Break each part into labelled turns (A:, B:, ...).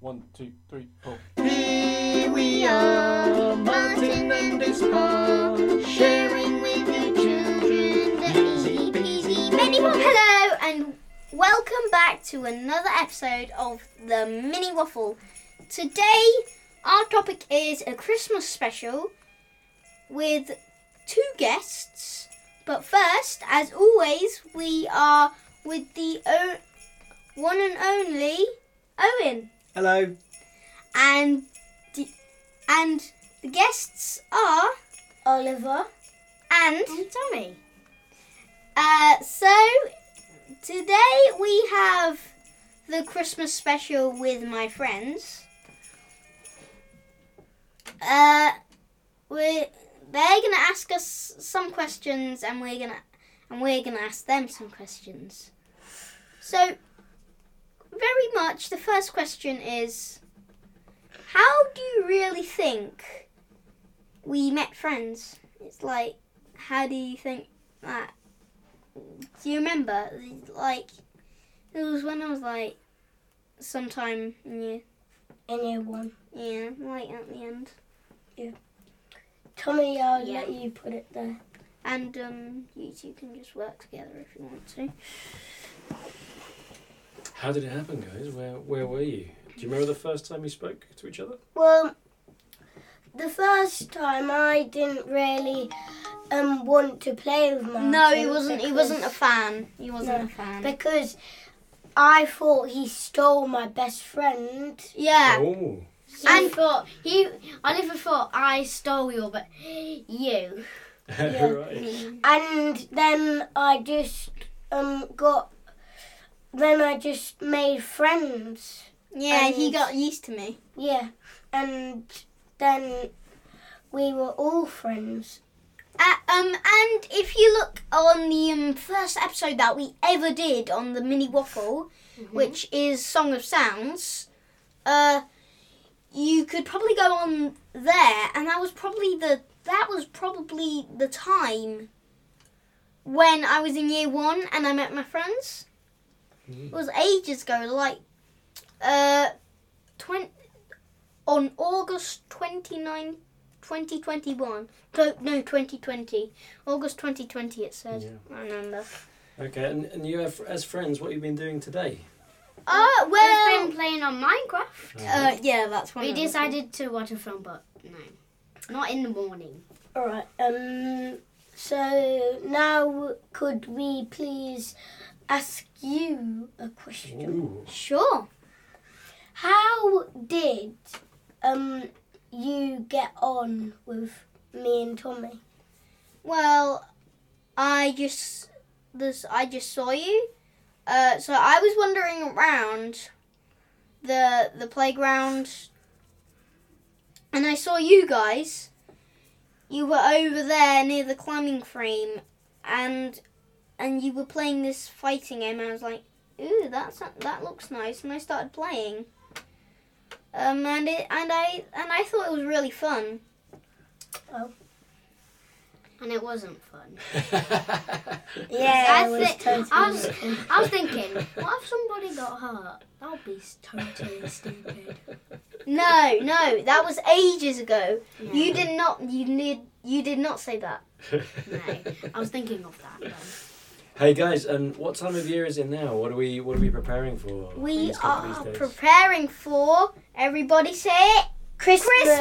A: One, two, three, four.
B: Here we are, Martin and his pa, sharing with you children the easy peasy mini waffle.
C: Hello and welcome back to another episode of the Mini Waffle. Today our topic is a Christmas special with two guests. But first, as always, we are with the o- one and only Owen
D: Hello.
C: and the, and the guests are
B: Oliver
C: and
B: and Tommy.
C: Uh, so today we have the Christmas special with my friends. Uh, we they're gonna ask us some questions, and we're gonna and we're gonna ask them some questions. So, very much the first question is, how do you really think we met friends? It's like, how do you think that? Do you remember? Like, it was when I was like, sometime in year,
E: anyone.
C: yeah, like at the end.
E: Tommy, I'll
C: Yeah.
E: let you put it there.
C: And um, you two can just work together if you want to.
A: How did it happen, guys? Where where were you? Do you remember the first time you spoke to each other?
E: Well, the first time I didn't really um want to play with Martin.
C: No, he wasn't. He
E: because-
C: wasn't a fan. He wasn't
E: No,
C: a fan.
E: because I thought he stole my best friend.
C: yeah,
A: Oh,
B: I thought he, Oliver thought I stole your, but you.
A: right.
E: And then I just um got then I just made friends.
C: yeah. He
E: and-
C: got used to me.
E: Yeah. And then we were all friends.
C: Uh, um, and if you look on the um, first episode that we ever did on the mini waffle, which is Song of Sounds, uh, you could probably go on there, and that was probably the that was probably the time when I was in year one and I met my friends. It was ages ago, like uh, twenty on August 29, 2021. No, no, 2020. August 2020, it says. I remember.
A: Okay, and, and you have, as friends, what you've been doing today?
C: Oh, well.
B: We've been playing on Minecraft.
C: Uh, yeah, that's one.
B: We
C: of them.
B: decided to watch a film, but no, not in the morning.
E: All right. Um. So now, could we please ask you a question?
A: Ooh.
C: Sure.
E: How did um you get on with me and Tommy?
C: Well, I just this I just saw you. Uh, so I was wandering around the the playground, and I saw you guys. You were over there near the climbing frame, and and you were playing this fighting game. And I was like, "Ooh, that's that looks nice," and I started playing. Um, and it and I and I thought it was really fun.
B: And it wasn't fun.
E: Yeah,
B: I
E: it was
B: thi-
E: totally
B: I was-
E: fun.
B: I was thinking, what if somebody got hurt? That would be totally stupid.
C: No, no, that was ages ago.
B: No,
C: You did not. You did. You did not say that.
B: no. I was thinking of that. Then.
A: hey guys, and what time of year is it now? What are we What are we preparing for?
C: We
A: these-
C: are
A: these days?
C: preparing for. Everybody say it. Christmas.
A: Yay!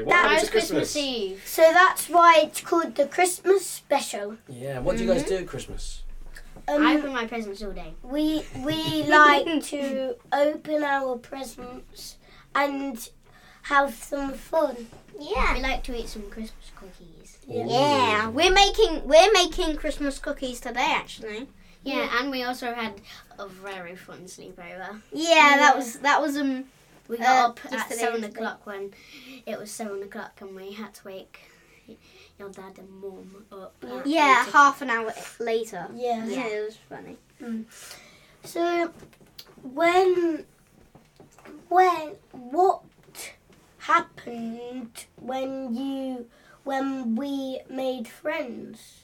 A: Welcome
B: That
A: to
B: was Christmas Eve.
E: So that's why it's called the Christmas special.
A: Yeah. What do you guys do at Christmas?
E: Um,
B: I opened my presents all day.
E: We we like to open our presents and have some fun.
C: Yeah. Oh.
B: We like to eat some Christmas cookies.
C: Yeah. We're making. We're making Christmas cookies today. Actually.
B: Yeah, and we also had a very fun sleepover.
C: Yeah. That was. That was um.
B: We
C: Uh,
B: got up at
C: yesterday,
B: seven
C: yesterday.
B: o'clock when it was seven o'clock, and we had to wake your dad and mum up. at
C: Yeah.
B: eight o'clock.
C: Half an hour later.
E: Yeah.
C: Yeah. It was funny.
E: So, when, when, what happened when you, when we made friends?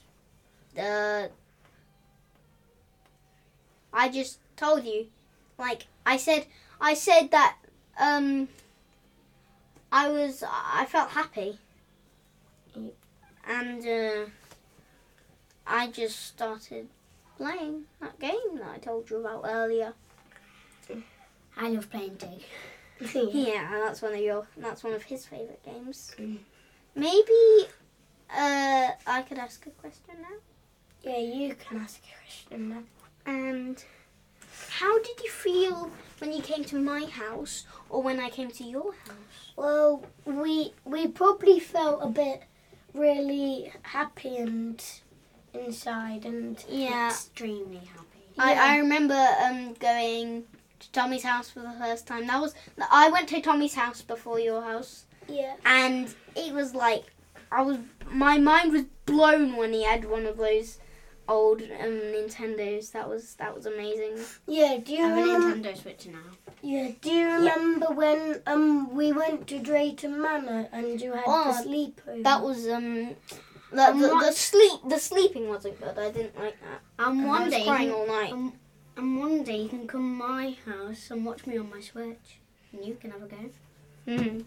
C: Uh. I just told you. Like I said, I said that um, I was I felt happy, and uh, I just started playing that game that I told you about earlier.
B: I love playing too.
C: Yeah, that's one of your that's one of his favorite games. Maybe uh, I could ask a question now.
E: Yeah, you can ask a question now.
C: And how did you feel when you came to my house or when I came to your house?
E: Well, we we probably felt a bit really happy and inside and
C: Yeah,
B: Extremely happy.
C: I,
E: Yeah.
C: I remember um, going to Tommy's house for the first time. That was I went to Tommy's house before your house,
E: yeah.
C: and it was like I was my mind was blown when he had one of those old um, Nintendos. That was that was amazing.
E: Yeah, do you
B: I have a
E: remember
B: Nintendo Switch now.
E: Yeah, do you remember when um we went to Drayton Manor and you had
C: Oh,
E: to sleep over?
C: That was um. The,
B: And
C: the,
B: what-
C: the sleep the sleeping wasn't good. I didn't like that.
B: And
C: And I
B: one
C: was
B: day, you
C: crying
B: can,
C: all night.
B: and one day you can come to my house and watch me on my Switch, and you can have a go.
C: Mhm.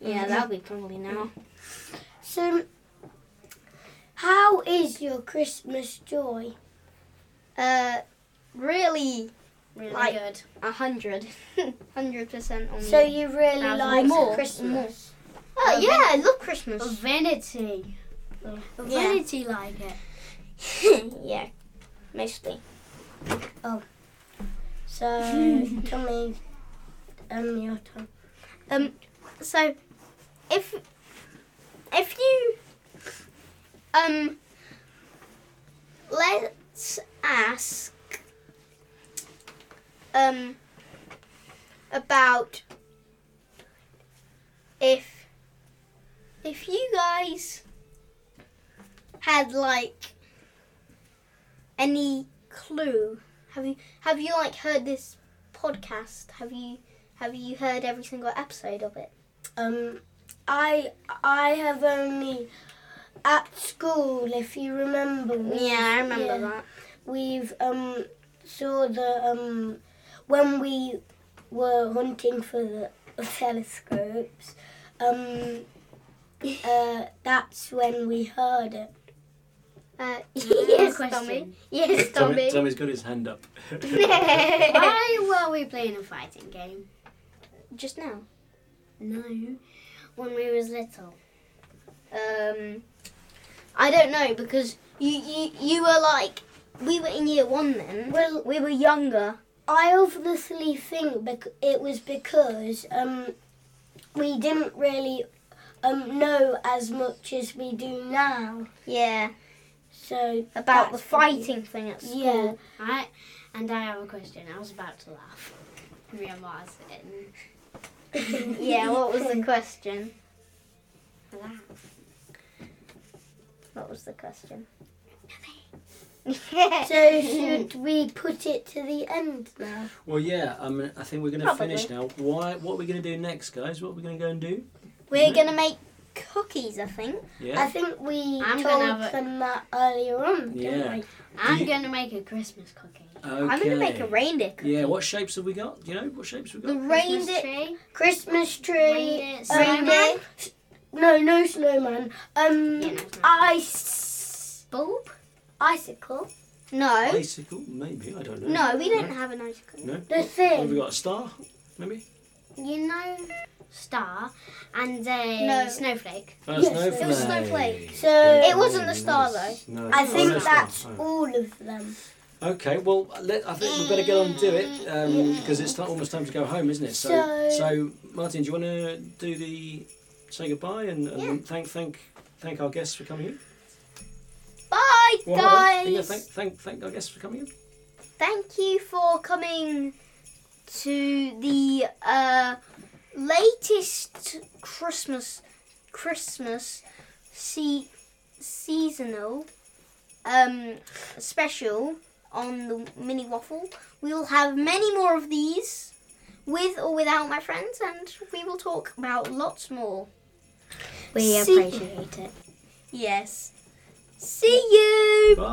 C: Yeah, that'll be probably now.
E: so. How is your Christmas joy?
C: Uh, really,
B: Really
C: Like-
B: good.
C: a hundred, hundred percent on
E: So you really
B: Thousand
E: like
C: more,
E: Christmas?
C: Oh yeah, I love Christmas.
B: Vanity. Vanity like it.
C: yeah, mostly.
E: Oh. So Tommy, um, your turn.
C: Um, So, if if you um, let's ask um about if if you guys had like any clue have you have you like heard this podcast have you have you heard every single episode of it
E: Um, I I have only at school, if you remember. we-
C: Yeah, I remember
E: yeah.
C: that.
E: We've um saw the um when we were hunting for the telescopes, um uh that's when we heard it.
C: Uh,
B: Yes,
C: yes, Tommy.
B: question.
C: Yes,
A: Tommy,
C: Tommy.
A: Tommy's got his hand up.
B: Why were we playing a fighting game?
C: Just now.
B: No, when we was little.
C: Um, I don't know because you, you you were like we were in year one then. Well, we were younger.
E: I obviously think bec- it was because um we didn't really um know as much as we do now.
C: Yeah,
E: So
C: about the
E: that's probably-
C: fighting thing at school.
E: Yeah.
B: I and I have a question. I was about to laugh. Me and Martin.
C: Yeah, What was the question?
B: Laugh.
C: What was the question?
E: So should we put it to the end now?
A: Well, yeah, I mean, I think we're going to finish now. Why? What are we going to do next, guys? What are we going to go and do?
C: we're gonna make cookies, I think.
E: I
A: Yeah.
E: think we
B: I'm gonna
E: told
B: have a-
E: them that earlier on, didn't
A: Yeah.
E: we?
B: I'm
A: You-
B: gonna make a Christmas cookie.
A: Okay.
C: I'm gonna make a reindeer cookie.
A: Yeah. What shapes have we got? Do you know what shapes we
C: The
A: got?
B: Christmas
C: reindeer.
B: tree.
E: Christmas tree.
B: Reindeer.
E: um,
B: Snowman.
E: No, no snowman. Um,
B: Yeah, no snowman.
E: ice
B: Bulb.
E: icicle.
C: No,
A: Bicycle, maybe. I don't know.
C: no, we don't have an ice cream.
A: No.
E: The
A: What have we
E: thing.
A: got? A star, maybe.
B: You know, star and a
C: No.
B: snowflake.
A: Oh,
E: Yes,
A: snowflake.
E: it
C: was snowflake.
E: So
C: It wasn't the star though.
A: No,
E: I
A: it
E: think
A: wasn't a star.
E: that's
A: Oh.
E: all of them.
A: Okay, well, let, I think we better get on and do it because it's ti- almost time to go home, isn't it? So,
E: So-
A: so, Martin, do you want to do the say goodbye and, and thank thank thank our guests for coming in?
C: Bye,
A: Well, hold on.
C: guys.
A: Yeah, thank, thank thank our guests for coming in.
C: thank you for coming to the uh, latest Christmas Christmas se- seasonal um, special on the mini waffle. We will have many more of these with or without my friends, and we will talk about lots more.
B: We
C: See-
B: appreciate it.
C: Yes. See you.
A: Bye.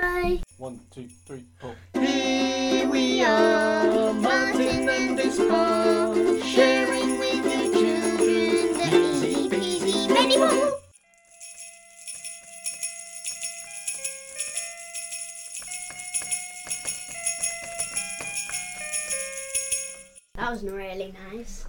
C: Bye.
A: One, two, three, four.
B: Here we are,
C: That was really nice.